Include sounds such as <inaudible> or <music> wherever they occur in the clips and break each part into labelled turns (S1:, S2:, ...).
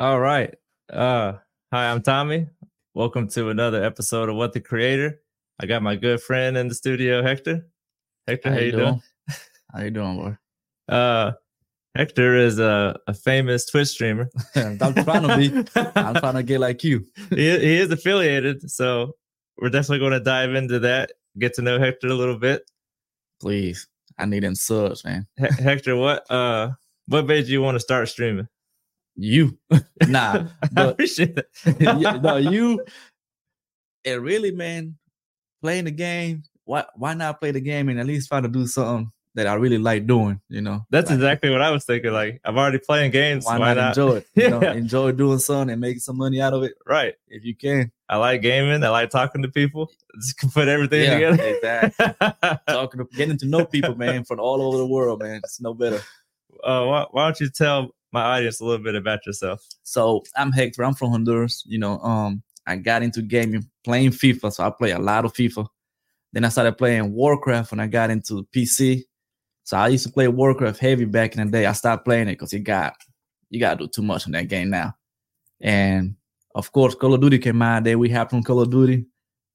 S1: right. Uh, hi, I'm Tommy. Welcome to another episode of What the Creator. I got my good friend in the studio, Hector. Hector, how, you doing?
S2: How you doing, boy?
S1: Uh, Hector is a, a famous Twitch streamer.
S2: <laughs> I'm trying to be. I'm trying to get like you.
S1: he, he is affiliated, so we're definitely going to dive into that. Get to know Hector a little bit.
S2: Please, I need them subs, man.
S1: He- Hector, what uh, what made you want to start streaming? <laughs>
S2: You, <laughs> nah,
S1: I
S2: but <laughs>
S1: appreciate that.
S2: Yeah, no, you. It really, man, playing the game. Why, why not play the game and at least try to do something that I really like doing? You know,
S1: That's
S2: Like,
S1: exactly what I was thinking. Like, I'm already playing games.
S2: Why, not, enjoy it? You
S1: <laughs>
S2: know,
S1: Yeah.
S2: enjoy doing something and make some money out of it
S1: Right.
S2: if you can.
S1: I like gaming. I like talking to people. Just can put everything together. <laughs>
S2: exactly. Talking, to, getting to know people, man, from all over the world, man. It's no better.
S1: <laughs> uh, why, why don't you tell my audience a little bit about yourself?
S2: So I'm Hector. I'm from Honduras. You know, um, I got into gaming playing FIFA, so I play a lot of FIFA. Then I started playing Warcraft when I got into PC. So I used to play Warcraft heavy back in the day. I stopped playing it because it got you gotta do too much on that game now. And of course, Call of Duty came out. Then we hopped on Call of Duty.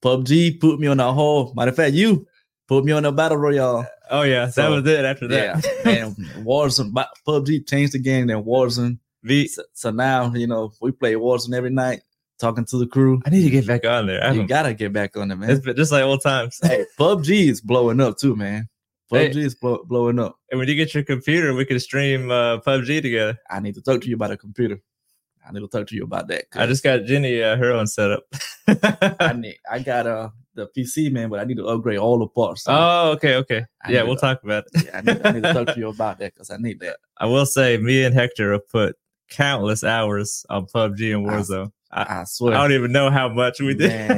S2: PUBG put me on a whole. Matter of fact, you put me on a battle royale.
S1: Oh yeah, that
S2: So,
S1: was it. After
S2: Yeah,
S1: that,
S2: and Warzone. but PUBG changed the game. Then Warzone.
S1: V.
S2: So, so now, you know, we play Warzone every night, talking to the crew.
S1: I need to get back on there. I
S2: You
S1: haven't-
S2: gotta get back on it,
S1: it's
S2: man.
S1: been just like old times.
S2: <laughs> hey, PUBG is blowing up too, man.
S1: Hey.
S2: PUBG is blow, blowing up.
S1: And when you get your computer, we can stream uh, PUBG together.
S2: I need to talk to you about a computer. I need to talk to you about that. 'cause
S1: I just got Jenny uh, her own <laughs> setup.
S2: I need, I got uh the PC, man, but I need to upgrade all the parts.
S1: oh, okay, okay.
S2: I
S1: yeah,
S2: need
S1: we'll
S2: to-
S1: talk about it.
S2: Yeah, I, need, I need to talk to you about that because I need that.
S1: I will say, me and Hector have put countless hours on PUBG and Warzone. <laughs>
S2: I
S1: I
S2: swear,
S1: don't even know how much we did.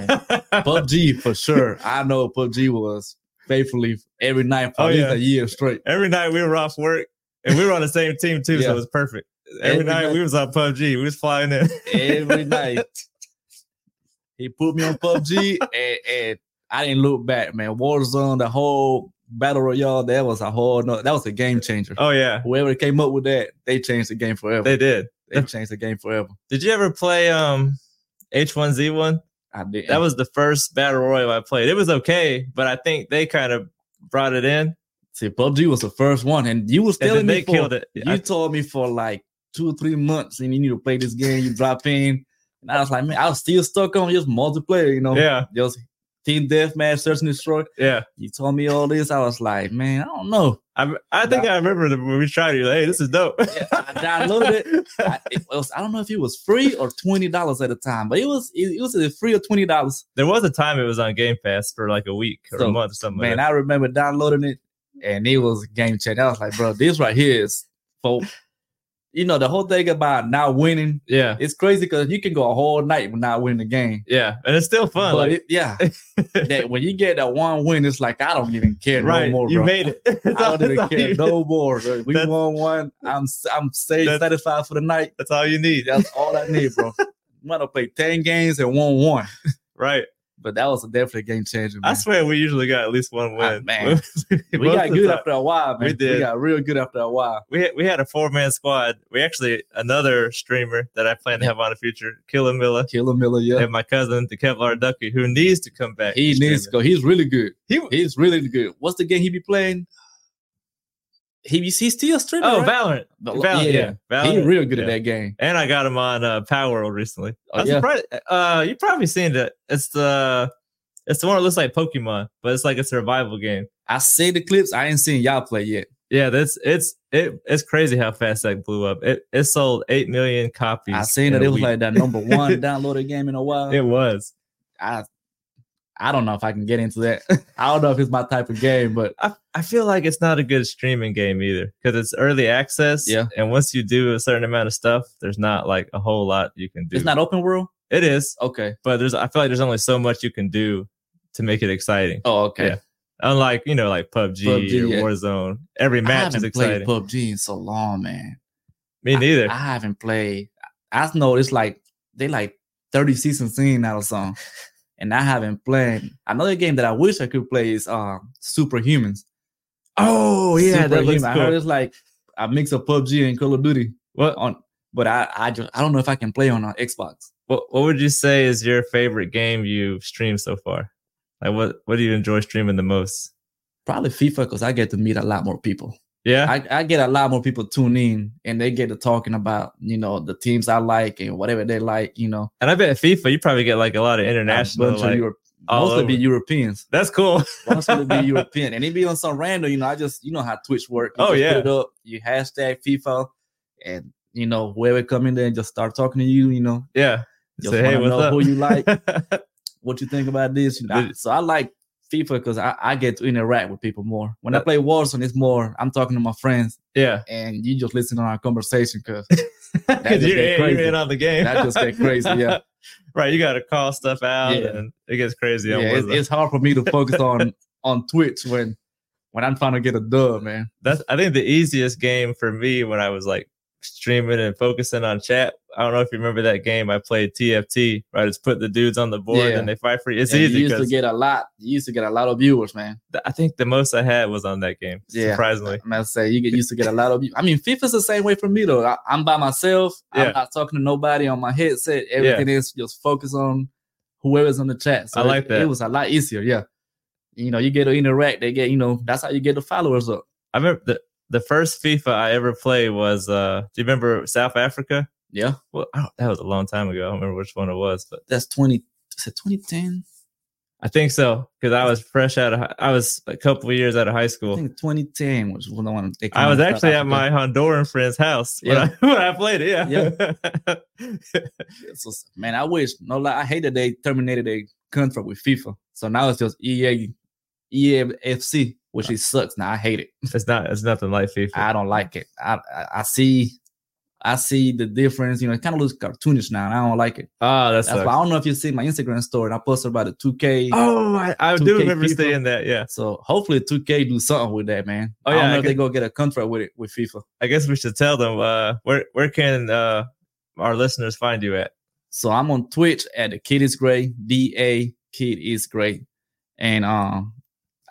S2: PUBG for sure. I know PUBG was faithfully every night
S1: Oh,
S2: for at least
S1: yeah.
S2: a year straight.
S1: Every night we were off work, and we were on the same team too, so
S2: Yeah.
S1: it was perfect. Every,
S2: Every
S1: night,
S2: night-
S1: we was on PUBG. We was flying in
S2: every night. He put me
S1: <laughs>
S2: on PUBG, and, and I didn't look back, man. Warzone, the whole battle royale, that was a whole no, that was a game changer.
S1: <laughs> oh yeah,
S2: Whoever came up with that, they changed the game forever. They,
S1: they did.
S2: changed the game forever.
S1: Did you ever play um H1Z1?
S2: I did.
S1: That was the first battle royal I played. It was okay, but I think they kind of brought it in,
S2: see PUBG was the first one, and you was
S1: and
S2: telling
S1: then
S2: me
S1: they
S2: for,
S1: killed it.
S2: you
S1: I-
S2: told me for like two or three months, and you need to play this game. You drop in, and I was like, man, I was still stuck on just multiplayer, you know,
S1: yeah,
S2: just team deathmatch, search and destroy.
S1: yeah.
S2: You told me all this, I was like, man, I don't know.
S1: I I think I remember the, when we tried it. Like, hey, this is dope. <laughs>
S2: Yeah, I downloaded it. I, it was, I don't know if it was free or twenty dollars at the time, but it was it, it was either free or twenty dollars.
S1: There was a time it was on Game Pass for like a week or a
S2: So,
S1: month or something.
S2: Man,
S1: like
S2: I remember downloading it, and it was game changer. I was like, bro, this right here is for you know the whole thing about not winning.
S1: that. yeah,
S2: It's crazy because you can go a whole night with not winning the game.
S1: yeah, and it's still fun.
S2: but
S1: like-
S2: it,
S1: <laughs>
S2: yeah, that when you get that one win, it's like I don't even care
S1: right,
S2: no more.
S1: you
S2: bro.
S1: made it. <laughs> It's all-
S2: I don't
S1: it's all
S2: even care
S1: you-
S2: no more. bro. We
S1: That's-
S2: won one. I'm s- I'm safe,
S1: That's-
S2: satisfied for the night.
S1: <laughs> That's all you need.
S2: That's all I need, bro. I'm gonna play 10 games and won one.
S1: Right.
S2: But that was definitely a game changer.
S1: I
S2: Man.
S1: swear we usually got at least one
S2: Ah,
S1: win. <laughs>
S2: man. we
S1: Most of
S2: got
S1: the
S2: good
S1: time.
S2: after a while,
S1: We
S2: man. We,
S1: did.
S2: got real good after a while.
S1: We had, we had a four man squad. We actually another streamer that I plan to have on the future, Killer Miller,
S2: Killer Miller, yeah.
S1: and my cousin, the Kevlar Ducky, who needs to come back.
S2: He needs to
S1: streaming.
S2: go. He's really good.
S1: He-
S2: He's really good. What's the game he be playing? He be he's still streaming.
S1: Oh,
S2: right?
S1: Valorant.
S2: The-
S1: Valorant. Yeah.
S2: yeah. He
S1: Valorant.
S2: real good at
S1: Yeah.
S2: that game.
S1: and I got him on uh, Power World recently.
S2: Oh,
S1: I'm
S2: yeah.
S1: surprised. Uh, you probably seen that. It's the it's the one that looks like Pokemon, but it's like a survival game.
S2: I seen the clips. I ain't seen y'all play yet.
S1: Yeah, that's it's it, it's crazy how fast that blew up. It it sold eight million copies.
S2: I seen
S1: in
S2: that
S1: a
S2: it was
S1: week.
S2: like
S1: <laughs>
S2: that number one downloaded game in a while.
S1: it was.
S2: I I don't know if I can get into that. <laughs> I don't know if it's my type of game, but
S1: I, I feel like it's not a good streaming game either because it's early access.
S2: Yeah.
S1: And once you do a certain amount of stuff, there's not like a whole lot you can do.
S2: it's not open world.
S1: It is,
S2: Okay.
S1: but there's. I feel like there's only so much you can do to make it exciting.
S2: Oh, okay.
S1: Yeah. Unlike you know, like PUBG,
S2: PUBG,
S1: or
S2: yeah.
S1: Warzone, every
S2: I
S1: match is
S2: haven't played
S1: exciting.
S2: PUBG in so long, man.
S1: Me neither.
S2: I haven't played. I know it's like they like 30 seasons in now or something. And I haven't played. Another game that I wish I could play is um Superhumans.
S1: oh
S2: Superhuman. I heard it's like a mix of PUBG and Call of Duty
S1: Well,
S2: on But I, I just I don't know if I can play on an Xbox.
S1: What What would you say is your favorite game you've streamed so far? Like, what What do you enjoy streaming the most?
S2: Probably FIFA because I get to meet a lot more people.
S1: Yeah,
S2: I, I get a lot more people tune in and they get to talking about you know the teams I like and whatever they like. You know,
S1: and I bet FIFA you probably get like a lot of
S2: A
S1: international.
S2: bunch of
S1: like-
S2: Europe-
S1: all
S2: mostly be
S1: over. <laughs>
S2: Europeans.
S1: that's cool.
S2: Mostly be European, and it be on some random. You know, I just you know how Twitch work. You
S1: Oh,
S2: just
S1: yeah.
S2: put it up. You hashtag FIFA, and you know whoever come in there and just start talking to you. You know,
S1: yeah.
S2: just
S1: Say,
S2: want
S1: hey,
S2: to know
S1: what's up?
S2: who
S1: <laughs>
S2: you like. what you think about this. You know,
S1: Did-
S2: I- so I like FIFA because I, I get to interact with people more. When I
S1: Uh,
S2: play Warzone, it's more I'm talking to my friends, <laughs>
S1: yeah.
S2: and you just listen to our conversation
S1: <laughs>
S2: because
S1: Because
S2: just
S1: you're,
S2: get
S1: in- you're
S2: crazy.
S1: in on the game.
S2: That just get crazy, yeah.
S1: <laughs> right. You got to call stuff out
S2: Yeah.
S1: and it gets crazy.
S2: yeah,
S1: on
S2: it's,
S1: Warzone.
S2: it's hard for me to focus on on Twitch when when I'm trying to get a dub, man.
S1: That's, I think, the easiest game for me when I was like streaming and focusing on chat. I don't know if you remember that game I played TFT, right? It's put the dudes on the board
S2: Yeah.
S1: and they fight for you. It's
S2: And
S1: easy
S2: You used to
S1: because
S2: get a lot. You used to get a lot of viewers, man.
S1: I think the most I had was on that game,
S2: Yeah.
S1: surprisingly.
S2: I'm gonna say you get used to get a lot of. view- I mean, FIFA's the same way for me though. I, I'm by myself.
S1: Yeah.
S2: I'm not talking to nobody on my headset. Everything is just focus on whoever's on the chat.
S1: I
S2: it-
S1: like that.
S2: It was a lot easier. Yeah, you know, you get to interact. They get you know. That's how you get the followers up.
S1: I remember the, the first FIFA I ever played was, uh, do you remember South Africa?
S2: Yeah,
S1: Well, I don't, that was a long time ago. I don't remember which one it was, but
S2: that's twenty. Is it 2010?
S1: I think so because I was fresh out of, hi- I was a couple of years out of high
S2: I
S1: school.
S2: think 2010 was when I want to.
S1: I was actually at my Honduran friend's house when,
S2: Yeah.
S1: I, <laughs> when I played it. Yeah.
S2: So, man, I wish no lie. I hate that they terminated their contract with FIFA. So now it's just E EA, EAFC, which it sucks. Now I hate it.
S1: <laughs> it's not, it's nothing like FIFA.
S2: I don't like it. I I, I see. I see the difference, you know. It kind of looks cartoonish now, and I don't like it.
S1: Ah, that's
S2: That's why I don't know if you see my Instagram story. and I posted about the 2K.
S1: Oh, I, I do
S2: 2K
S1: remember
S2: FIFA.
S1: seeing that. Yeah,
S2: So hopefully 2K do something with that, man.
S1: Oh,
S2: I
S1: yeah,
S2: don't know
S1: I
S2: if they go get a contract with it with FIFA.
S1: I guess we should tell them uh, where where can uh, our listeners find you at?
S2: So I'm on Twitch at the Kid is Gray, D A Kid is Gray, and um,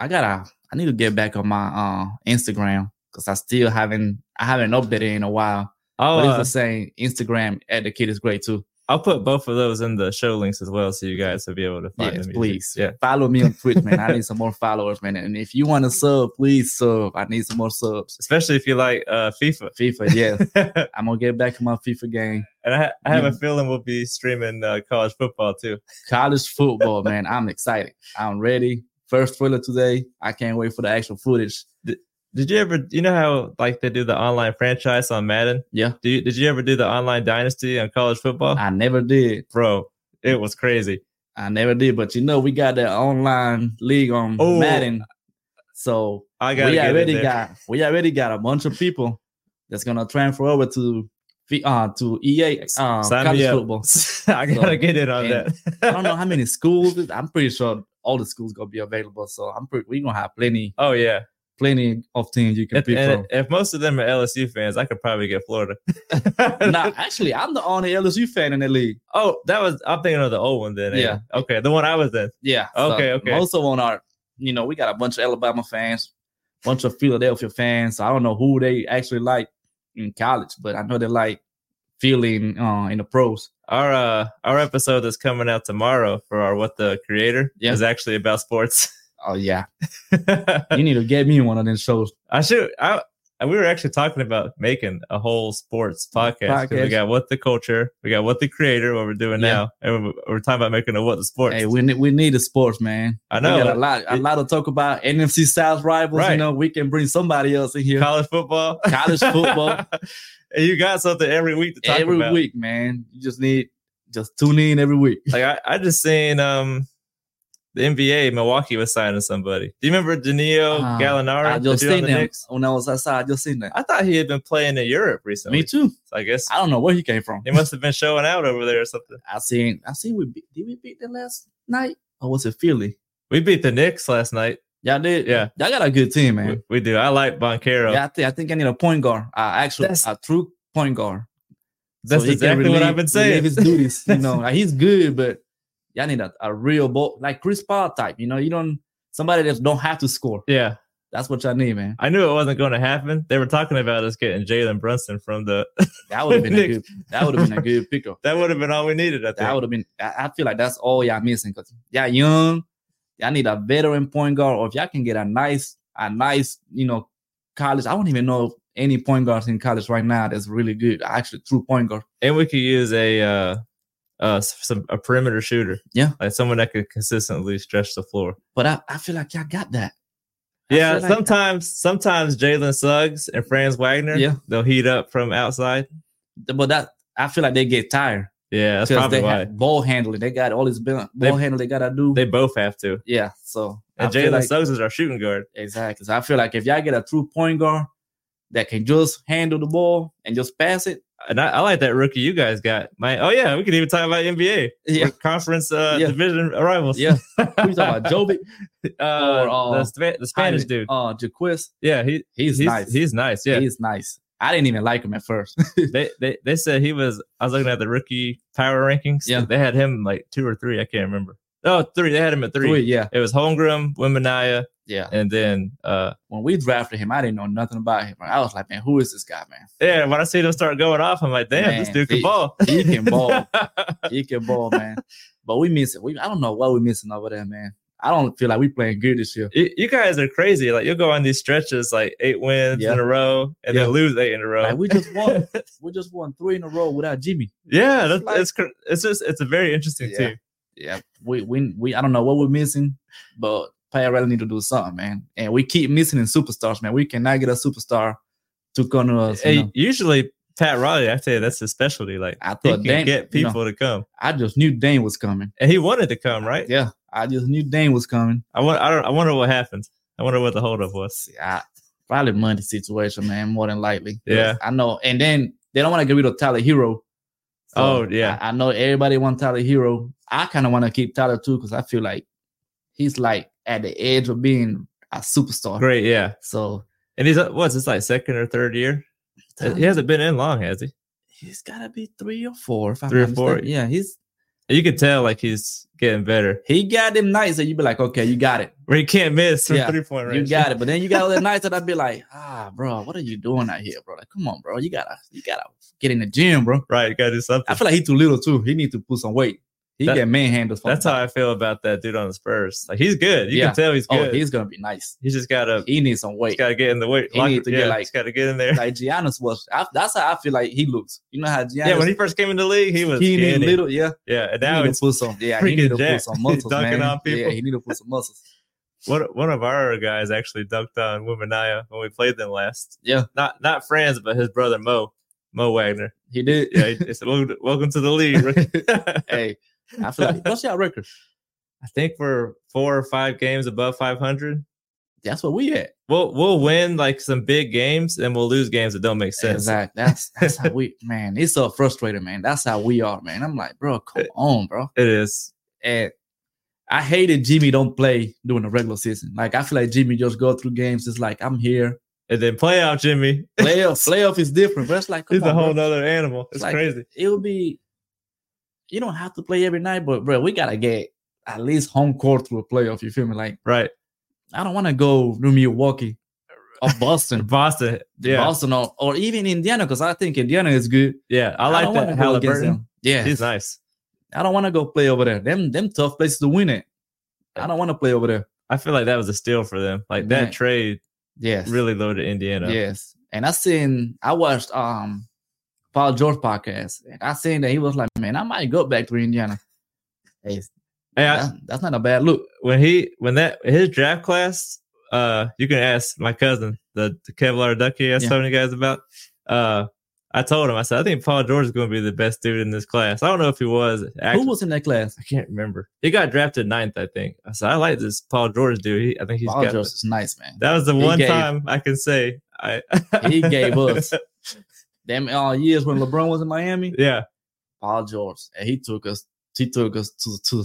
S2: I gotta I need to get back on my uh Instagram because I still haven't I haven't updated in a while.
S1: I'll
S2: but it's
S1: uh,
S2: the same Instagram at the Kid is Gray too.
S1: I'll put both of those in the show links as well, so you guys will be able to find
S2: Yes,
S1: them. easy.
S2: please.
S1: Yeah,
S2: Follow me on
S1: <laughs>
S2: Twitch, man. I need some more followers, man. And if you want to sub, please sub. I need some more subs.
S1: especially if you like uh, FIFA. <laughs>
S2: FIFA, yes.
S1: and
S2: I'm gonna get back to my FIFA game.
S1: I, ha- I have a
S2: Yeah.
S1: feeling we'll be streaming uh, college football too.
S2: College football, man. I'm excited. I'm ready. First thriller today. I can't wait for the actual footage.
S1: Did you ever? You know how like they do the online franchise on Madden?
S2: Yeah.
S1: Do you, did you ever do the online dynasty on college football,
S2: I never did.
S1: bro? It was crazy.
S2: I never did. But you know, we got that online league on
S1: Oh.
S2: Madden. So
S1: I gotta
S2: we
S1: get in
S2: already
S1: there.
S2: got we already got a bunch of people that's gonna transfer over to F- uh to EA uh,
S1: Sign
S2: college
S1: me up.
S2: football.
S1: <laughs> I gotta
S2: So,
S1: get in on
S2: and
S1: that.
S2: I don't know how many schools. it- I'm pretty sure all the schools gonna be available. So I'm pretty we're gonna have plenty,
S1: Oh yeah,
S2: plenty of teams you can
S1: if,
S2: pick
S1: and
S2: from.
S1: if most of them are LSU fans, I could probably get
S2: <laughs>
S1: Florida. <laughs>
S2: now, actually, I'm the only LSU fan in the league.
S1: oh, that was I'm thinking of the old one then. eh?
S2: Yeah.
S1: Okay, the one I was in.
S2: Yeah.
S1: Okay, okay.
S2: Most of them are, you know, we got a bunch of Alabama fans, bunch of Philadelphia fans. So I don't know who they actually like in college, but I know they like feeling uh, in the pros.
S1: Our uh, our episode that's coming out tomorrow for our what the creator
S2: Yeah.
S1: is actually about sports. <laughs>
S2: Oh yeah, you need to get me one of them shows.
S1: I should. I we were actually talking about making a whole sports podcast. 'cause We
S2: Podcast.
S1: got what the culture, we got what the creator, what we're doing
S2: Yeah.
S1: now, and we're, we're talking about making a what the sports.
S2: Hey, we need we need the sports man.
S1: I
S2: We got a
S1: know
S2: lot, a
S1: It-
S2: lot to talk about. NFC South rivals.
S1: Right.
S2: You know, we can bring somebody else in
S1: <laughs>
S2: here.
S1: college football, <laughs>
S2: College <laughs> football
S1: and you got something every week to talk
S2: every
S1: about.
S2: week, man. You just need just tune in every week.
S1: Like I, I just seen um the NBA Milwaukee was signing somebody. Do you remember Danilo
S2: Ah,
S1: Gallinari?
S2: I
S1: the
S2: just
S1: dude on
S2: seen
S1: the
S2: them
S1: Knicks?
S2: when I was outside. I just seen them.
S1: I thought he had been playing in Europe recently.
S2: Me too.
S1: So I guess
S2: I don't know where he came from.
S1: he must have been showing out over there or something.
S2: I seen I seen we beat, did we beat them last night or was it Philly?
S1: We beat the Knicks last night.
S2: Y'all did.
S1: Yeah.
S2: y'all got a good team,
S1: We,
S2: man.
S1: we do. I like Boncaro.
S2: Yeah, I think I think I need a point guard. Uh, actually,
S1: That's-
S2: a true point guard.
S1: That's
S2: So he can
S1: exactly what
S2: relieve-
S1: I've been saying.
S2: relieve his duties, you know, like, he's good, but y'all need a, a real ball, like Chris Paul type. You know, you don't somebody that don't have to score.
S1: <laughs> yeah.
S2: That's what y'all need, man.
S1: I knew it wasn't going to happen. They were talking about us getting Jalen Brunson from the. <laughs>
S2: That would have been a good. That would have been a good pickup.
S1: that would have been all we needed. I think.
S2: That would have been. I I feel like that's all y'all missing because y'all young. Y'all need a veteran point guard, or if y'all can get a nice, a nice, you know, college. I don't even know any point guards in college right now that's really good. Actually, true point guard.
S1: and we could use a uh, uh, s- some a perimeter shooter.
S2: Yeah.
S1: like someone that could consistently stretch the floor.
S2: But I, I feel like y'all got that. I
S1: Yeah,
S2: feel like-
S1: sometimes sometimes Jalen Suggs and Franz Wagner,
S2: Yeah.
S1: they'll heat up from outside.
S2: But that I feel like they get tired
S1: Yeah, that's
S2: because
S1: probably
S2: they
S1: why
S2: have ball handling. They got all this ball
S1: They-
S2: ball handling they gotta do.
S1: they both have to.
S2: yeah. So
S1: And
S2: I feel
S1: Jalen
S2: like-
S1: Suggs is our shooting guard.
S2: Exactly. So I feel like if y'all get a true point guard that can just handle the ball and just pass it, <laughs>
S1: And I, I like that rookie you guys got. My oh yeah, we can even talk about NBA
S2: yeah,
S1: We're conference uh,
S2: Yeah.
S1: division rivals.
S2: yeah. We talking about Jovic,
S1: <laughs> Uh,
S2: Or, uh,
S1: the, Spa- the Spanish dude.
S2: uh, Jaquez.
S1: Yeah, he
S2: He's,
S1: he's
S2: nice.
S1: he's nice. Yeah,
S2: He's nice. I didn't even like him at first.
S1: they, they they said he was. I was looking at the rookie power rankings.
S2: Yeah.
S1: they had him like two or three. I can't remember. Oh, three. They had him at three.
S2: yeah,
S1: It was Holmgren, Wimbanaya,
S2: yeah.
S1: and then uh
S2: When we drafted him, I didn't know nothing about him. I was like, man, who is this guy,
S1: <laughs>
S2: man?
S1: yeah. When I see them start going off, I'm like, damn, this
S2: Man,
S1: dude can
S2: he-
S1: ball.
S2: he
S1: <laughs>
S2: can ball. He can ball, man. But we miss it. We I don't know what we missing over there, man. I don't feel like we playing good this year.
S1: you, you guys are crazy. Like you'll go on these stretches like eight wins
S2: Yeah.
S1: in a row and
S2: Yeah.
S1: then lose eight in a row.
S2: Like we just
S1: <laughs>
S2: won, we just won three in a row without Jimmy.
S1: yeah, that's
S2: like-
S1: it's cr- it's just it's a very interesting
S2: Yeah.
S1: team.
S2: yeah, we we we I don't know what we're missing, but Payarella need to do something, man. And we keep missing in superstars, man. We cannot get a superstar to come to us. you
S1: Hey,
S2: know.
S1: usually Pat Riley, I tell you, that's his specialty. Like
S2: I
S1: he
S2: thought
S1: can
S2: Dame,
S1: get
S2: you know,
S1: people to come,
S2: I just knew Dane was coming.
S1: and he wanted to come, right?
S2: Yeah, I just knew Dane was coming.
S1: I want. I don't. I wonder what happened. I wonder what the holdup was.
S2: See, I, probably money situation, man. More than likely.
S1: Yeah.
S2: I know. And then they don't want to get rid of Tyler Hero.
S1: Oh, yeah.
S2: I, I know everybody want Tyler Hero. I kind of want to keep Tyler too because I feel like he's like at the edge of being a superstar.
S1: Great, yeah.
S2: So
S1: And he's uh, what's his like second or third year? Uh, He hasn't been in long, has he?
S2: he's gotta be three or four. If I'm
S1: Three or
S2: not
S1: four?
S2: mistaken. Yeah, he's
S1: You can tell like he's getting better.
S2: he got them nights that you be like, okay, you got it,
S1: Where he can't miss from
S2: Yeah,
S1: three point range. <laughs>
S2: you got it. But then you got other nights that I'd be like, ah, bro, what are you doing out here, bro? Like, come on, bro, you gotta you gotta get in the gym, bro.
S1: right. You gotta do something.
S2: I feel like he too little too. He need to put some weight. He
S1: That-
S2: get manhandled. from-
S1: That's how I feel about that dude on the Spurs. Like he's good. You
S2: Yeah.
S1: can tell he's
S2: Oh,
S1: good. he's,
S2: he's gonna be nice.
S1: just gotta
S2: He needs some
S1: he's
S2: weight.
S1: gotta get in the weight.
S2: He needs to get,
S1: yeah,
S2: like-
S1: he's gotta get in there.
S2: Like Giannis was. I, that's how I feel like he looks. You know how Giannis.
S1: <laughs> yeah, when he first came in the league, he was
S2: he need
S1: skinny.
S2: little. Yeah,
S1: Yeah, and
S2: he
S1: now
S2: need
S1: it's
S2: to put some. Yeah, he
S1: freaking
S2: need to put
S1: jacked. <laughs>
S2: some
S1: He's
S2: muscles,
S1: dunking
S2: man.
S1: on people.
S2: Yeah, he need to put some muscles.
S1: one one of our guys actually dunked on Womania when we played them last.
S2: Yeah.
S1: not not friends, but his brother Mo Mo Wagner. <laughs>
S2: He did.
S1: Yeah, he, he said, "Welcome to- welcome to the league.
S2: <laughs>
S1: rookie." <laughs>
S2: hey, I feel like what's your record?
S1: I think we're four or five games above 500.
S2: That's what we at.
S1: We'll we'll win like some big games, and we'll lose games that don't make sense.
S2: Exactly. That's that's how we man. It's so frustrating, man. That's how we are, man. I'm like, bro, come
S1: Eh.
S2: on, bro.
S1: <laughs> It is.
S2: And I hated Jimmy don't play during the regular season. Like I feel like Jimmy just go through games. It's like I'm here.
S1: And then playoff Jimmy <laughs>
S2: Playoff playoff is different, but it's like come
S1: is a
S2: on, bro.
S1: whole nother animal. It's
S2: Like-
S1: crazy.
S2: it'll be. You don't have to play every night, but bro, we gotta get at least home court to a playoff. You feel me? Like
S1: Right.
S2: I don't want to go to Milwaukee
S1: <laughs>
S2: or Boston,
S1: Boston. Yeah.
S2: Boston, or, or even Indiana, because I think Indiana is good.
S1: Yeah. I like
S2: don't wanna
S1: that.
S2: go against
S1: Halliburton.
S2: them. Yeah,
S1: He's nice.
S2: I don't want to go play over there. Them them tough places to win it. I don't want to play over there.
S1: I feel like that was a steal for them. Like that
S2: Man.
S1: trade
S2: Yes,
S1: really loaded Indiana.
S2: yes. And I seen I watched um Paul George podcast, and I seen that he was like, man, I might go back to Indiana. Hey,
S1: Hey, I-
S2: that's, that's not a bad look.
S1: when he when that his draft class, uh, you can ask my cousin the, the Kevlar Ducky I was
S2: Yeah.
S1: telling you guys about. Uh, I told him I said I think Paul George is going to be the best dude in this class. I don't know if he was. Actually,
S2: Who was in that class?
S1: I can't remember. He got drafted ninth, I think. I said I like this Paul George dude. He, I think he's
S2: Paul
S1: got.
S2: George is nice, man.
S1: that was the
S2: he
S1: one
S2: gave-
S1: time I can say I.
S2: <laughs> He gave us them all years when LeBron was in Miami.
S1: yeah,
S2: Paul George, and he took us. He took us to to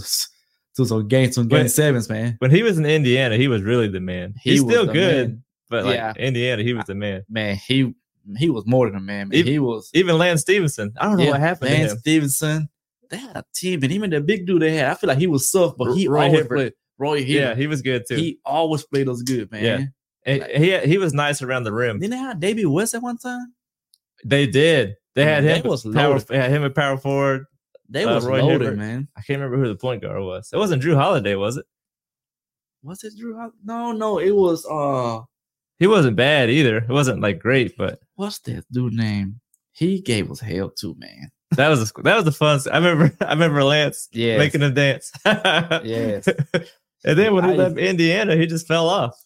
S2: to some games, some game
S1: Wait.
S2: sevens, man.
S1: when he was in Indiana, he was really the man.
S2: He
S1: he's
S2: was
S1: still
S2: the
S1: good,
S2: man.
S1: but like
S2: Yeah.
S1: Indiana, he was the man.
S2: man, he he was more than a man. man.
S1: Ev-
S2: He was.
S1: Even Lance Stevenson. I don't know
S2: Yeah,
S1: what happened to
S2: Lance
S1: him.
S2: Stevenson, they had a team, and even the big dude they had, I feel like he was soft, but he
S1: Roy
S2: always
S1: Hibbert.
S2: played. Roy
S1: Yeah,
S2: Hibbert,
S1: he was good too.
S2: he always played us good, man.
S1: Yeah. And he he was nice around the rim.
S2: Didn't they have David West at one time?
S1: They did. They had
S2: They
S1: him.
S2: was
S1: at power,
S2: loaded.
S1: they had him at power forward.
S2: They
S1: Uh,
S2: was
S1: Roy
S2: loaded,
S1: Hibbert.
S2: man.
S1: I can't remember who the point guard was. It wasn't Drew Holiday, was it?
S2: Was it Drew? Hol- No, no, it was uh,
S1: He wasn't bad either. It wasn't like great, but
S2: what's that dude name? He gave us hell too, man.
S1: that was a, that was the fun. s- I remember <laughs> I remember Lance
S2: Yeah,
S1: making him dance. <laughs>
S2: Yes.
S1: and then when he
S2: I-
S1: left Indiana, he just fell off.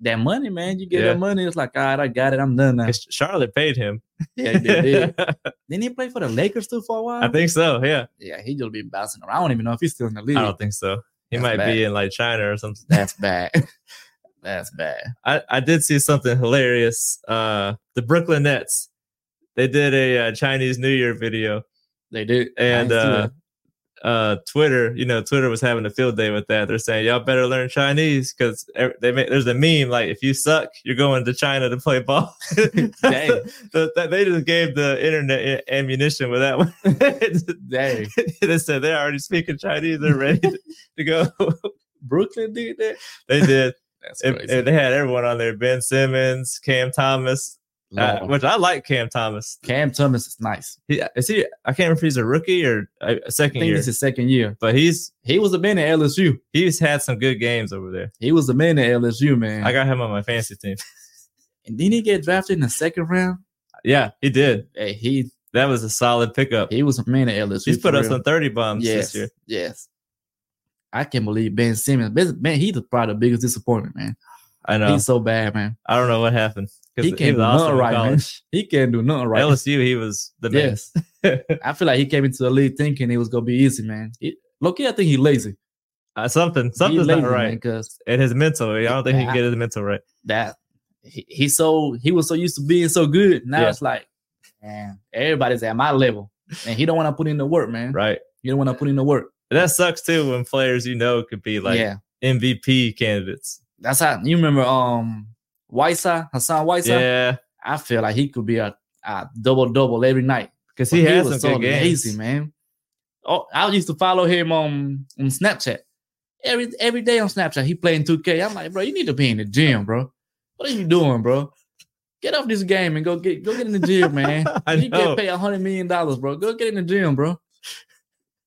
S2: that money, man. You get
S1: Yeah.
S2: that money, it's like, all right, I got it. I'm done now.
S1: 'Cause Charlotte paid him.
S2: Yeah, they
S1: <laughs>
S2: did. Didn't he play for the Lakers too for a while?
S1: I think so. Yeah,
S2: yeah, he just been bouncing around. I don't even know if he's still in the league.
S1: I don't think so. He
S2: That's
S1: might
S2: bad.
S1: be in like China or something.
S2: That's bad. <laughs> That's bad.
S1: I, I did see something hilarious. Uh, the Brooklyn Nets, they did a uh, Chinese New Year video,
S2: They did.
S1: and
S2: I see
S1: uh,
S2: that.
S1: uh, Twitter, you know, Twitter was having a field day with that. They're saying y'all better learn Chinese because they make there's a meme like if you suck, you're going to China to play ball. <laughs>
S2: Dang.
S1: The- that- they just gave the internet a- ammunition with that one. <laughs>
S2: Dang.
S1: they said they're already speaking Chinese. They're ready to, to go. <laughs>
S2: Brooklyn did that.
S1: they did.
S2: That's
S1: If-
S2: crazy.
S1: if they had everyone on there: Ben Simmons, Cam Thomas, uh,
S2: Lord.
S1: which I like Cam Thomas.
S2: Cam Thomas is nice.
S1: He, is he? I can't remember if he's a rookie or a a
S2: I
S1: second
S2: think
S1: year,
S2: this is second year.
S1: but he's
S2: He was a man at LSU.
S1: he's had some good games over there.
S2: He was a man at LSU, man.
S1: I got him on my fantasy team.
S2: and then he get drafted in the second round.
S1: <laughs> Yeah, he did.
S2: Hey, he
S1: That was a solid pickup.
S2: he was a man at LSU.
S1: He's put
S2: for
S1: up
S2: real.
S1: some thirty bombs
S2: Yes,
S1: this year.
S2: yes. I can't believe Ben Simmons. Ben, man, he's the- probably the biggest disappointment, man.
S1: I know.
S2: He's so bad, man.
S1: I don't know what happened. 'Cause
S2: He can't do
S1: was
S2: nothing
S1: in
S2: right, man.
S1: college.
S2: He can't do nothing <laughs> right.
S1: LSU, he was the man.
S2: Yes. <laughs> I feel like he came into the league thinking it was gonna be easy, man. He, Loki, I think he lazy.
S1: Uh, something,
S2: He
S1: something's
S2: lazy,
S1: not right.
S2: because
S1: And his mental, I don't think he can get his mental right.
S2: that he, he so he was so used to being so good. Now
S1: Yeah.
S2: it's like, man, everybody's at my level, and he don't want to put in the work, man.
S1: Right.
S2: You don't want to put in the work.
S1: And that sucks too when players you know could be like
S2: yeah,
S1: MVP candidates.
S2: that's how you remember um Whiteside Hassan Whiteside. <laughs>
S1: yeah, <laughs>
S2: I feel like he could be a, a double double every night.
S1: because
S2: But
S1: he, has some
S2: was
S1: good
S2: so
S1: games.
S2: lazy, man. Oh, I used to follow him on, on Snapchat. Every every day on Snapchat, he playing 2K. I'm like, bro, you need to be in the gym, bro. What are you doing, bro? Get off this game and go get go get in the gym, man.
S1: <laughs> I
S2: you
S1: know.
S2: get paid hundred million dollars, bro. Go get in the gym, bro.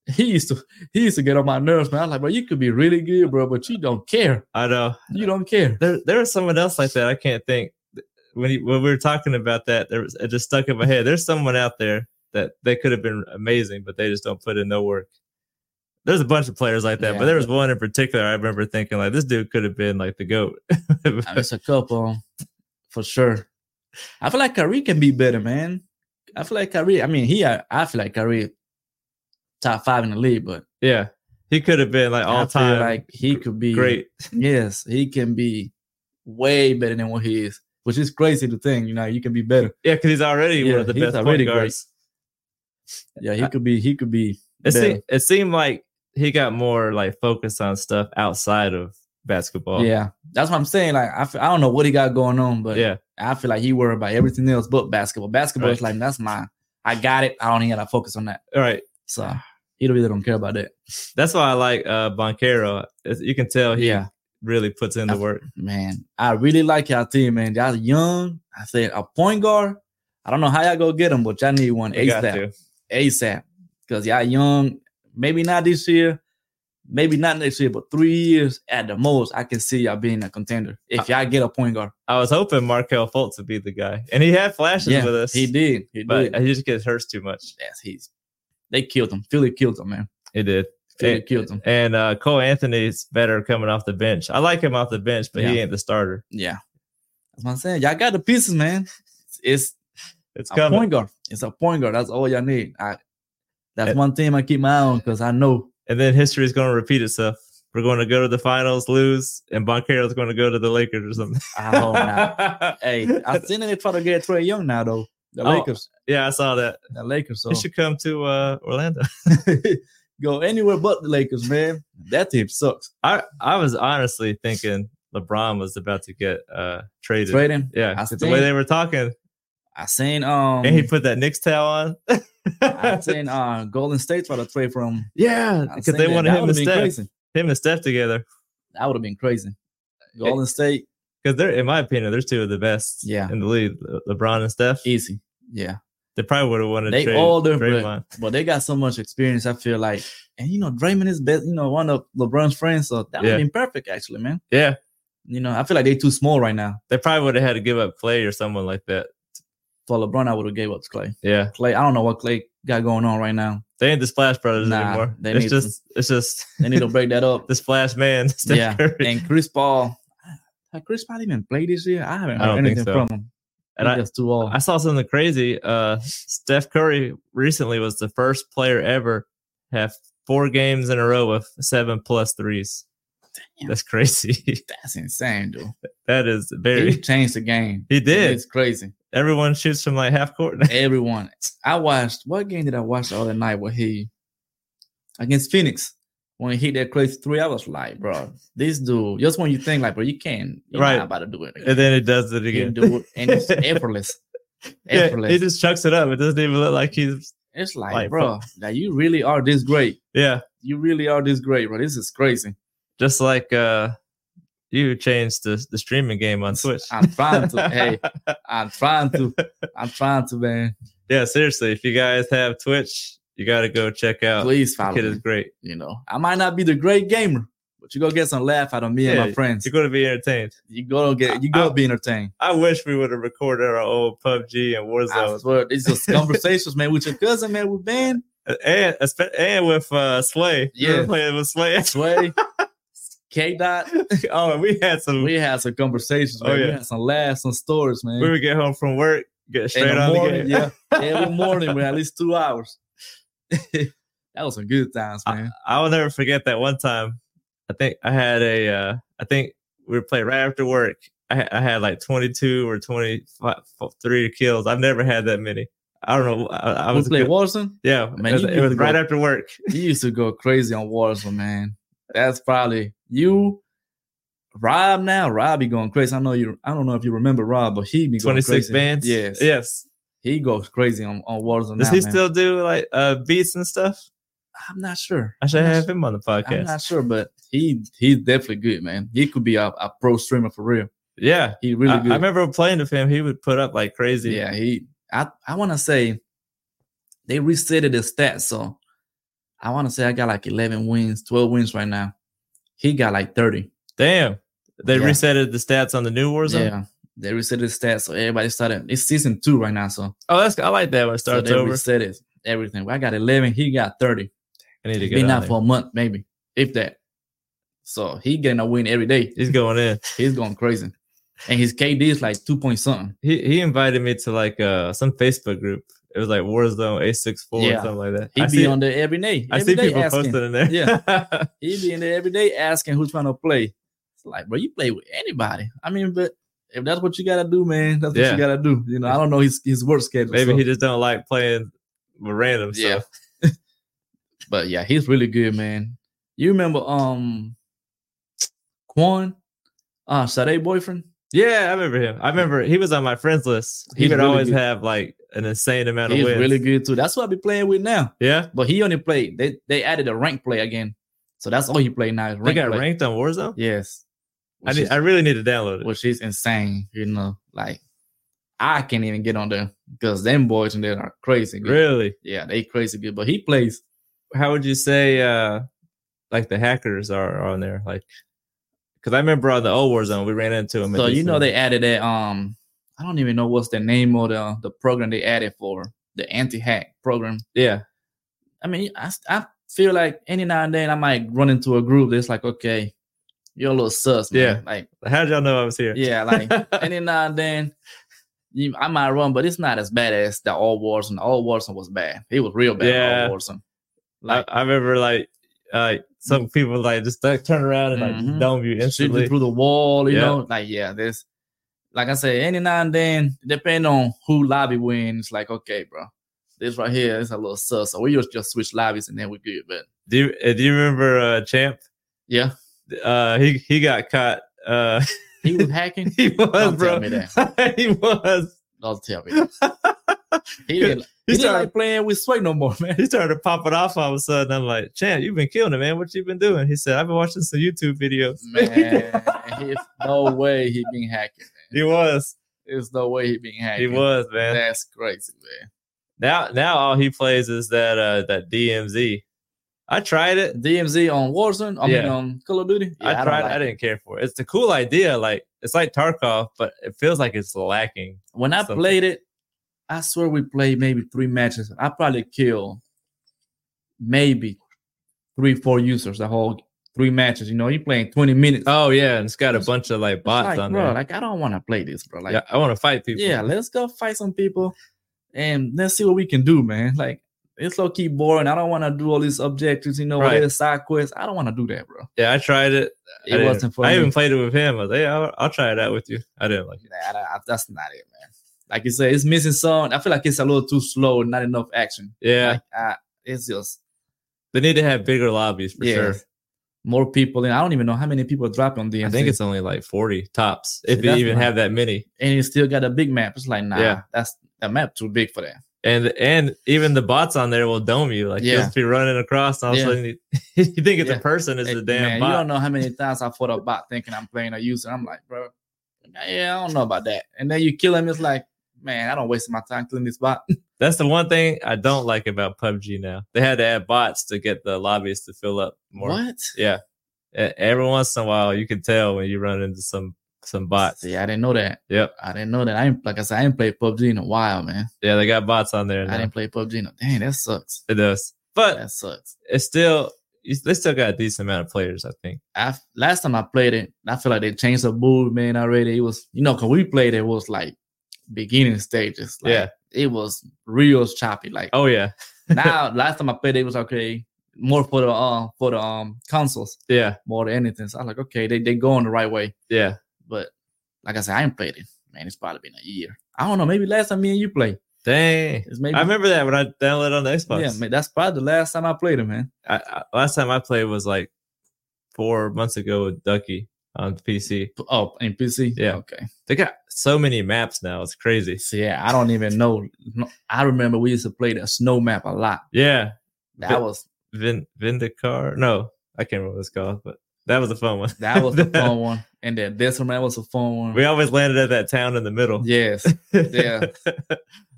S2: He used to he used to get on my nerves, man. I was like, bro, you could be really good, bro, but you don't care.
S1: I know.
S2: You don't care.
S1: there there was someone else like that. I can't think. When he, when we were talking about that, there was, it just stuck in my head. There's someone out there that they could have been amazing, but they just don't put in no work. There's a bunch of players like that, but
S2: Yeah.
S1: there was one in particular I remember thinking like this dude could have been like the goat.
S2: I mean, it's a couple for sure. I feel like Kyrie can be better, man. I feel like Kyrie. I mean, he. I, I feel like Kyrie top five in the league, but
S1: <laughs> yeah, he could have been like all
S2: I feel
S1: time
S2: like he could be
S1: great.
S2: <laughs> Yes, he can be way better than what he is, which is crazy to think. You know, you can be better.
S1: Yeah, because he's already one
S2: Yeah,
S1: of the
S2: he's
S1: best point
S2: already great.
S1: guards.
S2: Yeah, he could be. He could be.
S1: It
S2: better.
S1: seemed, it seemed like he got more like focused on stuff outside of basketball.
S2: Yeah, that's what I'm saying. Like I, feel, I don't know what he got going on, but
S1: yeah,
S2: I feel like he worried about everything else but basketball. Basketball is like that's my. I got it. I don't even gotta focus on that.
S1: all right. <sighs>
S2: So he really don't care about that.
S1: That's why I like uh Boncaro. It's- You can tell he
S2: Yeah.
S1: really puts in the
S2: I've-
S1: work.
S2: Man, I really like y'all team, man. Y'all young. I said a point guard. I don't know how y'all go get him, but y'all need one
S1: You got
S2: ASAP.
S1: to.
S2: ASAP. Because y'all young. Maybe not this year. Maybe not next year, but three years at the most, I can see y'all being a contender. If y'all get a point guard.
S1: I was hoping Markel Fultz would be the guy, and he had flashes
S2: Yeah,
S1: with us.
S2: He did. He
S1: but
S2: did.
S1: he just gets hurts too much.
S2: Yes, he's they killed him. Philly killed him, man.
S1: He did.
S2: Philly
S1: And-
S2: killed him.
S1: And uh, Cole Anthony's better coming off the bench. I like him off the bench, but he
S2: Yeah.
S1: ain't the starter.
S2: Yeah. That's what I'm saying. Y'all got the pieces, man. It's
S1: It's
S2: a
S1: coming.
S2: point guard. It's a point guard. That's all y'all need. I, that's
S1: And-
S2: one thing I keep my eye on because I know.
S1: And then history is going to repeat itself. We're going to go to the finals, lose, and Boncaro's going to go to the Lakers or something.
S2: I hope not.
S1: <laughs>
S2: hey, I seen they try to get Trey Young now though. The
S1: Oh.
S2: Lakers,
S1: yeah, I saw that.
S2: the Lakers. So
S1: He should come to uh, Orlando.
S2: <laughs> go anywhere but the Lakers, man. That team sucks.
S1: I I was honestly thinking LeBron was about to get uh traded.
S2: Trading.
S1: Yeah,
S2: I
S1: 'cause the way
S2: think-
S1: they were talking,
S2: I seen um.
S1: and he put that Knicks towel on. <laughs>
S2: I seen uh Golden State try to trade from.
S1: yeah,
S2: I
S1: because
S2: seen
S1: they
S2: that.
S1: wanted him
S2: That
S1: and
S2: would've been
S1: Steph,
S2: crazy.
S1: him and Steph together.
S2: That would have been crazy. Golden State
S1: because they're, in my opinion, they're two of the best.
S2: Yeah.
S1: in the league, Le- LeBron and Steph.
S2: Easy. Yeah.
S1: They probably would have wanted to
S2: They
S1: trade
S2: older, but-
S1: Draymond.
S2: But they got so much experience, I feel like. And you know, Draymond is best, you know, one of LeBron's friends. So that would
S1: Yeah.
S2: have been perfect, actually, man.
S1: Yeah,
S2: You know, I feel like they're too small right now.
S1: they probably would have had to give up Clay or someone like that.
S2: For LeBron, I would have gave up to Clay.
S1: Yeah,
S2: Clay, I don't know what Clay got going on right now.
S1: they ain't the Splash Brothers
S2: Nah,
S1: anymore.
S2: they
S1: it's
S2: need
S1: just it's just
S2: They need to break
S1: <laughs>
S2: that up.
S1: the Splash Man, Steph
S2: Yeah,
S1: Curry.
S2: And Chris Paul. Has Chris Paul even played this year? I haven't
S1: I
S2: heard
S1: don't think
S2: anything
S1: so.
S2: from him.
S1: And
S2: He's
S1: I-
S2: just too old.
S1: I saw something crazy. Uh, Steph Curry recently was the first player ever to have four games in a row with seven plus threes.
S2: Damn.
S1: That's crazy. <laughs>
S2: That's insane, dude.
S1: that is
S2: He
S1: very.
S2: changed the game.
S1: He did.
S2: It's crazy.
S1: Everyone shoots from like half court. now. <laughs>
S2: Everyone. I watched what game did I watch the other night where he against Phoenix when he hit that crazy three? I was like, bro, this dude. Just when you think like, bro, you can't. You're
S1: Right.
S2: not about to do it.
S1: and then he does it
S2: You can
S1: again.
S2: do it,
S1: <laughs>
S2: and it's effortless.
S1: Yeah,
S2: Effortless.
S1: he just chucks it up. It doesn't even look like he's.
S2: it's like,
S1: like,
S2: bro, like you really are this great.
S1: Yeah,
S2: You really are this great, bro. This is crazy.
S1: just like uh, you changed the the streaming game on Twitch.
S2: I'm trying to. hey, I'm trying to. I'm trying to, man.
S1: Yeah, seriously. If you guys have Twitch, you got to go check out.
S2: Please follow
S1: Kid
S2: me.
S1: is great.
S2: you know, I might not be the great gamer, but you go get some laugh out of me and
S1: Yeah,
S2: my friends.
S1: You're going to be entertained.
S2: You go get, you go
S1: I-
S2: be entertainined.
S1: I wish we would have recorded our old PUBG and
S2: I
S1: Warzone,
S2: swear,
S1: <laughs>
S2: it's just conversations, man, with your cousin, man, with Ben,
S1: and espe- and with uh, Slay. We were
S2: Yeah.
S1: playing with Slay. <laughs>
S2: Sway, K Dot.
S1: oh, and we had some. We,
S2: We had some conversations, man.
S1: Oh, yeah.
S2: We had some laughs, some stories, man.
S1: would get home from work, get
S2: In
S1: straight on the
S2: morning,
S1: game.
S2: yeah, every morning we had at least two hours. <laughs> that was some good times, man.
S1: <laughs> I'll never forget that one time. I think I had a. Uh, I think we were playing right after work. I, ha- I had like 22 or 23 kills. I've never had that many. I don't know. I, I
S2: we
S1: was
S2: played
S1: good-
S2: Warzone.
S1: Yeah,
S2: Man,
S1: it was,
S2: you
S1: it
S2: need
S1: was
S2: to go-
S1: right after work.
S2: You used to go crazy on Warzone, man. That's probably you, Rob. Now Rob be going crazy. I know you. I don't know if you remember Rob, but he be going
S1: 26
S2: crazy.
S1: bands.
S2: Yes,
S1: Yes.
S2: He goes crazy on on Warzone.
S1: Does
S2: now,
S1: he
S2: man.
S1: still do like uh, beats and stuff?
S2: I'm not sure.
S1: I should
S2: I'm not
S1: have
S2: su-
S1: him on the podcast.
S2: I'm not sure, but he he's definitely good, man. He could be a, a pro streamer for real.
S1: Yeah.
S2: He really
S1: I, I
S2: good.
S1: remember playing with him. He would put up like crazy.
S2: yeah, he. I I want to say they resetted the stats, so I want to say I got like 11 wins, 12 wins right now. He got like 30.
S1: Damn. They
S2: Yeah.
S1: resetted the stats on the new Warzone.
S2: Yeah, they reset the stats, so everybody started. It's season two right now, so,
S1: Oh, that's I like that when it
S2: so
S1: starts
S2: they
S1: over.
S2: reset it. Everything. I got eleven. He got thirty.
S1: I need to get
S2: Been
S1: on
S2: out
S1: there.
S2: for a month, maybe, if that. So he getting a win every day.
S1: He's going in.
S2: He's going crazy, and his KD is like two point something.
S1: He he invited me to like uh some Facebook group. It was like Warzone A64 or
S2: Yeah.
S1: something like that.
S2: He
S1: I
S2: be
S1: see,
S2: on there every day.
S1: I
S2: every
S1: see
S2: day
S1: people
S2: asking.
S1: posting in there. Yeah.
S2: He be in there every day asking who's trying to play. It's like, bro, you play with anybody. I mean, but if that's what you gotta do, man, that's what
S1: Yeah.
S2: you gotta do. You know, I don't know his his work
S1: <laughs>
S2: schedule.
S1: Maybe
S2: so-
S1: he just don't like playing with random
S2: Yeah.
S1: stuff.
S2: But yeah, he's really good, man. You remember um Quan? Uh Sade boyfriend?
S1: Yeah, I remember him. I remember he was on my friends list. He
S2: He's
S1: would
S2: really
S1: always
S2: good.
S1: have like an insane amount
S2: He's
S1: of wins.
S2: really good too. That's what I be playing with now.
S1: Yeah.
S2: But he only played. They they added a rank play again. So that's all he played now. is
S1: They
S2: Rank
S1: got
S2: play.
S1: ranked on Warzone.
S2: Yes.
S1: I
S2: Which,
S1: need,
S2: is,
S1: I really need to download it.
S2: which is insane, you know. Like I can't even get on there because them boys in there are crazy good.
S1: Really?
S2: Yeah, they crazy good. But he plays
S1: how would you say uh like the hackers are on there like because i remember on the old warzone we ran into them at
S2: So
S1: this
S2: you know
S1: thing.
S2: they added that um I don't even know what's the name of the the program they added for the anti-hack program.
S1: yeah
S2: I mean, I s- I feel like any now and then I might run into a group that's like, okay, you're a little sus, man. Like,
S1: how did y'all know i was here
S2: yeah, like
S1: <laughs>
S2: any now and then you, I might run, but it's not as bad as the old Warzone. The old Warzone was bad. It was real bad.
S1: Yeah.
S2: The old Warzone.
S1: I,
S2: Like
S1: I remember like like some people like just like, turn around and like
S2: Mhm.
S1: dome you
S2: shooting
S1: instantly
S2: through the wall, you
S1: Yeah.
S2: know, like yeah, this. Like I said, any now and then, depending on who lobby wins, like okay, bro, this right here is a little sus. So we just just switch lobbies and then we good. But
S1: do you, uh, do you remember uh champ
S2: yeah,
S1: uh he he got caught uh <laughs>
S2: he was hacking.
S1: he was
S2: Don't
S1: bro
S2: tell me
S1: <laughs> he was <laughs>
S2: Don't tell me. That. He did. He
S1: He
S2: didn't
S1: started,
S2: like playing with Sway no more,
S1: <laughs>
S2: man.
S1: he started popping off all of a sudden. I'm like, champ, you've been killing it, man. What you been doing? He said, I've been watching some YouTube videos. <laughs>
S2: Man, he's no way he been hacking.
S1: he was.
S2: There's no way he been
S1: He
S2: hacking.
S1: was, man.
S2: That's crazy, man.
S1: Now now all he plays is that uh that DMZ. I tried it.
S2: DMZ on Warzone. I mean
S1: Yeah.
S2: on Call of Duty. Yeah,
S1: I
S2: don't
S1: tried.
S2: like
S1: I
S2: it.
S1: didn't care for it. It's a cool idea. Like it's like Tarkov, but it feels like it's lacking.
S2: When I
S1: Something.
S2: played it, I swear we played maybe three matches. I probably killed maybe three, four users the whole three matches. You know, you playing 20 minutes.
S1: Oh yeah, and it's got a bunch of like
S2: It's
S1: bots
S2: like,
S1: on
S2: bro,
S1: there.
S2: like I don't want to play this, bro. Like,
S1: yeah, I want to fight people.
S2: yeah, let's go fight some people and let's see what we can do, man. <laughs> Like it's low key boring. I don't want to do all these objectives, you know, all
S1: Right.
S2: these side quests. I don't want to do that, bro.
S1: yeah. I tried it. I
S2: It
S1: didn't-
S2: wasn't for
S1: I
S2: me.
S1: even played it with him. I was like, yeah, I'll, I'll try it out with you. I didn't like it.
S2: Nah, nah, nah, that's not it, man. Like you said, it's missing some. I feel like it's a little too slow, not enough action.
S1: Yeah,
S2: Like, I, it's just
S1: they need to have bigger lobbies for
S2: yeah,
S1: sure.
S2: more people. And I don't even know how many people drop on DMC.
S1: I think it's only like forty tops, if
S2: See,
S1: they
S2: that's
S1: even
S2: not-
S1: have that many.
S2: and you still got a big map. It's like nah,
S1: Yeah.
S2: that's that map too big for that.
S1: And and even the bots on there will dome you. Like
S2: Yeah.
S1: you'll just be running across, and all
S2: Yeah.
S1: of a sudden you, you <laughs> think it's
S2: Yeah.
S1: a person, it's
S2: Hey,
S1: a damn
S2: man,
S1: bot.
S2: You don't know how many times I fought a bot thinking I'm playing a user. I'm like, bro, yeah, I don't know about that. And then you kill him. It's like, man, I don't waste my time killing this bot.
S1: That's the one thing I don't like about PUBG now. They had to add bots to get the lobbies to fill up more.
S2: What?
S1: Yeah. E- Every once in a while, you can tell when you run into some some bots.
S2: See, I didn't know that.
S1: Yep.
S2: I didn't know that. I ain't like I said, I ain't played PUBG in a while, man.
S1: Yeah, they got bots on there
S2: I
S1: now.
S2: didn't play PUBG. In a, dang, that sucks.
S1: It does, but
S2: That sucks.
S1: it's still it's- they still got a decent amount of players. I think.
S2: I f- last time I played it, I feel like they changed the mood, man. Already, it was you know, cause we played it was like beginning stages. Like,
S1: Yeah.
S2: it was real choppy. Like
S1: Oh <laughs> yeah,
S2: now last time I played it was okay, more for the um for the um consoles
S1: yeah,
S2: more than anything. So I was like, okay, they they going the right way.
S1: yeah.
S2: But like I said, I ain't played it. Man, it's probably been a year. I don't know. Maybe last time me and you played.
S1: Dang.
S2: It's maybe
S1: I remember that when I downloaded on the Xbox.
S2: Yeah, man, that's probably the last time I played it, man.
S1: I, I, last time I played was like four months ago with Ducky on PC.
S2: P- Oh, in PC.
S1: Yeah.
S2: Okay.
S1: They got so many maps now; it's crazy.
S2: So yeah, I don't even know. No, I remember we used to play the snow map a lot.
S1: Yeah,
S2: That
S1: But-
S2: was
S1: Vin Vindicar. No, I can't remember what it's called, but that was a fun one.
S2: that
S1: <laughs>
S2: was the fun one. And then this one that was the fun one.
S1: we always landed at that town in the middle.
S2: yes. Hmm. Yeah.
S1: <laughs>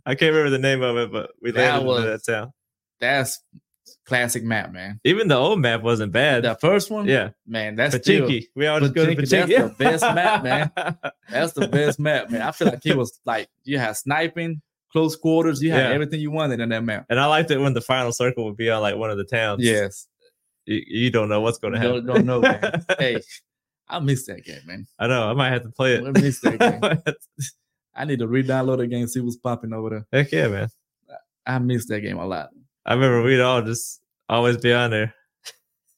S1: I can't remember the name of it, but we landed
S2: That
S1: in
S2: was-
S1: that town.
S2: That's classic map, man.
S1: Even the old map wasn't bad.
S2: The first one,
S1: yeah,
S2: man, that's still
S1: Pachinki. We all just go to
S2: Pachinki, that's
S1: Pachinki.
S2: the best map, man. That's the best map, man. I feel like it was like you had sniping, close quarters, you had
S1: Yeah.
S2: everything you wanted in that map.
S1: <laughs> And I liked it when the final circle would be on like one of the towns.
S2: Yes.
S1: you, you don't know what's going to happen.
S2: Don't, don't
S1: <laughs>
S2: know, man. hey, I miss that game, man.
S1: I know. I might have to play
S2: I
S1: it.
S2: miss that game.
S1: <laughs>
S2: I need to re-download the game, see what's popping over there.
S1: Heck yeah, man!
S2: I miss that game a lot.
S1: I remember we'd all just always be on there.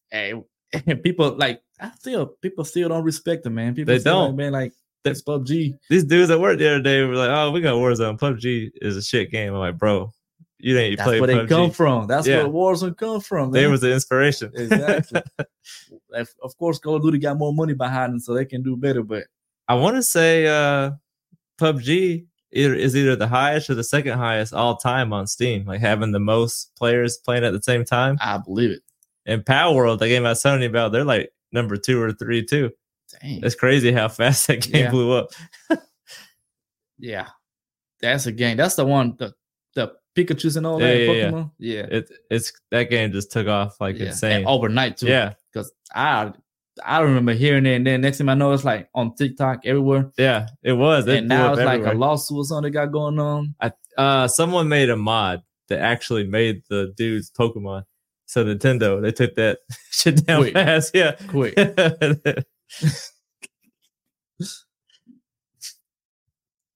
S2: Hey, <laughs> people like I still people still don't respect it, man. People
S1: They
S2: still like,
S1: don't.
S2: man. Like that's PUBG.
S1: these dudes at work the other day were like, "Oh, we got Warzone. PUBG is a shit game." I'm like, "Bro, you didn't
S2: That's
S1: play
S2: where they
S1: PUBG.
S2: come from. That's
S1: Yeah.
S2: where Warzone come from.
S1: They
S2: man.
S1: was the inspiration."
S2: <laughs> exactly. Of- of course, Call of Duty got more money behind them, so they can do better. But
S1: <laughs> I want to say uh, PUBG either is either the highest or the second highest all time on Steam, like having the most players playing at the same time.
S2: I believe it.
S1: And Power World, the game I was telling you about, they're like number two or three too.
S2: Dang.
S1: It's crazy how fast <laughs> that game
S2: Yeah.
S1: blew up.
S2: yeah, that's a game. That's the one. The the Pikachu's and all that
S1: Yeah, yeah, yeah.
S2: Pokemon. Yeah,
S1: It, it's that game just took off like
S2: yeah.
S1: insane.
S2: And overnight too.
S1: yeah,
S2: because I I remember hearing it, and then next thing I know, it's like on TikTok everywhere.
S1: yeah, it was. It
S2: and
S1: blew
S2: now
S1: up
S2: it's like
S1: everywhere.
S2: a lawsuit or something they got
S1: <laughs>
S2: going on.
S1: uh someone made a mod that actually made the dude's Pokemon. So Nintendo, they took that <laughs> shit down
S2: Quick.
S1: fast. Yeah. <laughs>
S2: Quick,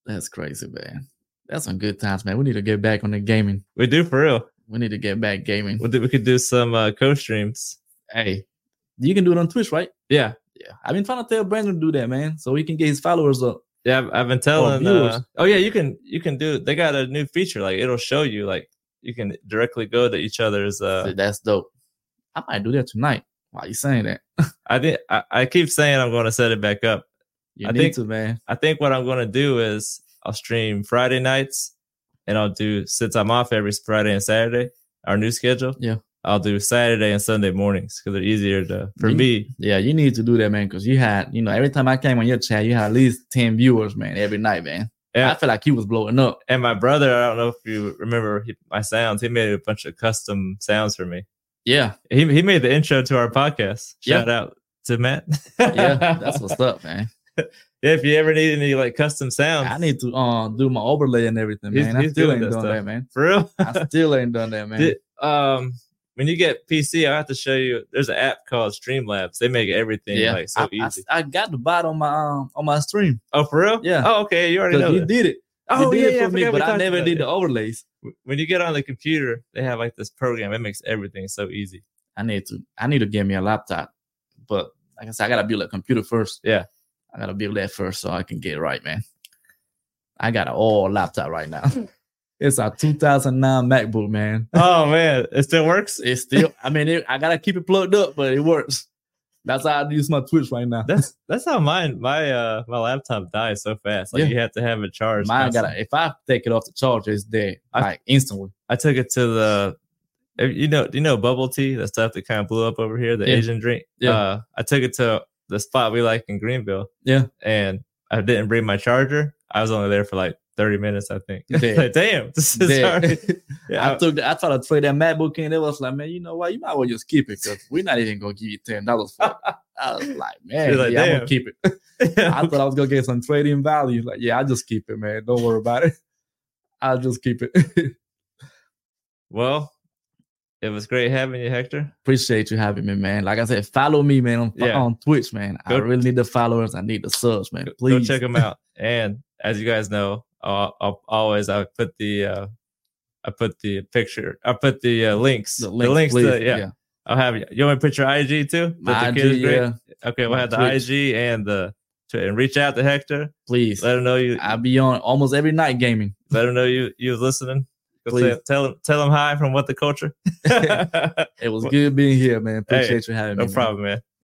S2: that's crazy, man. That's some good times, man. We need to get back on the gaming.
S1: we do for real.
S2: We need to get back gaming.
S1: We, do, we could do some uh co-streams.
S2: Hey, you can do it on Twitch, right?
S1: Yeah.
S2: Yeah, I've been trying to tell Brandon to do that, man, so he can get his followers up.
S1: Yeah, I've, I've been telling
S2: viewers.
S1: uh, Oh yeah, you can you can do they got a new feature like it'll show you like you can directly go to each other's
S2: So
S1: uh
S2: that's dope. I might do that tonight. Why you saying that?
S1: I think I, I keep saying I'm going to set it back up.
S2: You
S1: I
S2: need
S1: think-
S2: to, man.
S1: I think what I'm going to do is I'll stream Friday nights and I'll do since I'm off every Friday and Saturday, our new schedule.
S2: Yeah.
S1: I'll do Saturday and Sunday mornings because they're easier to for
S2: You-
S1: me.
S2: Yeah, you need to do that, man, because you had, you know, every time I came on your chat, you had at least 10 viewers, man, every night, man.
S1: Yeah.
S2: I feel like you was blowing up.
S1: And my brother, I don't know if you remember he, my sounds. He made a bunch of custom sounds for me.
S2: Yeah,
S1: He he made the intro to our podcast.
S2: Yeah.
S1: Shout out to Matt. <laughs>
S2: yeah, that's what's up, man.
S1: if you ever need any like custom sounds,
S2: I need to uh, do my overlay and everything,
S1: Um, He's-
S2: man. I
S1: he's
S2: still
S1: doing
S2: ain't
S1: that
S2: done
S1: stuff.
S2: that, man.
S1: for real. <laughs>
S2: I still ain't done that, man.
S1: Did- um, when you get PC, I have to show you. There's an app called Streamlabs. They make everything
S2: yeah,
S1: like so
S2: I, I-
S1: easy.
S2: I, got the bot on my um, on my stream.
S1: oh, for real?
S2: Yeah.
S1: Oh, okay. You already
S2: 'Cause
S1: know.
S2: you
S1: that.
S2: did it.
S1: oh,
S2: you
S1: yeah,
S2: did it
S1: yeah.
S2: for me,
S1: forgot we
S2: but I
S1: talked
S2: never
S1: about
S2: did the
S1: that.
S2: overlays.
S1: When you get on the computer, they have like this program. It makes everything so <laughs> easy.
S2: I need to I need to get me a laptop. But like I said, I gotta build a computer first.
S1: Yeah.
S2: I gotta build that first so I can get it right, man. I got an old laptop
S1: <laughs>
S2: right now. it's a 2009 MacBook, man.
S1: oh man, it still works.
S2: It's still I mean it, I gotta keep it plugged up, but it works. That's how I use my Twitch right now.
S1: That's that's how mine my uh my laptop dies so fast. Like
S2: Yeah.
S1: you have to have it charged.
S2: Mine
S1: constantly.
S2: gotta if I take it off the charger, it's dead
S1: I-
S2: like instantly. <laughs>
S1: I took it to the if- you know you know bubble tea the stuff that kind of blew up over here the
S2: Yeah.
S1: Asian drink.
S2: Yeah.
S1: Uh, I took it to the spot we like in Greenville.
S2: Yeah.
S1: and I didn't bring my charger. I was only there for like thirty minutes, I think. <laughs>
S2: Dead.
S1: like, damn, this is <laughs>
S2: Dead. <laughs>
S1: hard. Yeah,
S2: I took. The, I tried to trade that MacBook in. They was like, man, you know what? You might well just keep it because we're not even gonna give you ten dollars for
S1: <laughs>
S2: it. I was like, man,
S1: You're like,
S2: yeah, I'm gonna
S1: damn.
S2: keep it. I thought I was gonna get some trading value. Like, yeah, I just keep it, man. Don't worry about it. <laughs> I'll just keep it. <laughs>
S1: well, it was great having you, Hector.
S2: Appreciate you having me, man. Like I said, follow me, man, on,
S1: Yeah.
S2: on Twitch, man. I
S1: Go-
S2: really need the followers. I need the subs, man.
S1: Go-
S2: Please.
S1: go check them out. <laughs> And as you guys know, I'll, I'll always I put the uh, I put the picture, I put the uh, links,
S2: The links,
S1: to,
S2: please.
S1: yeah, I'll have you. You want me to put your IG too? That
S2: My
S1: the
S2: IG,
S1: kid is great?
S2: yeah.
S1: Okay, we'll
S2: My
S1: have the
S2: Twitch.
S1: IG and the Twitter. and reach out to Hector.
S2: Please.
S1: Let him know
S2: <laughs>
S1: you.
S2: I be on almost every night gaming.
S1: let him know you you was listening. Go say-
S2: Please.
S1: tell him
S2: <laughs>
S1: tell him hi from what the culture. <laughs> no
S2: It was good being here, man. Appreciate you having me. man.
S1: problem, man.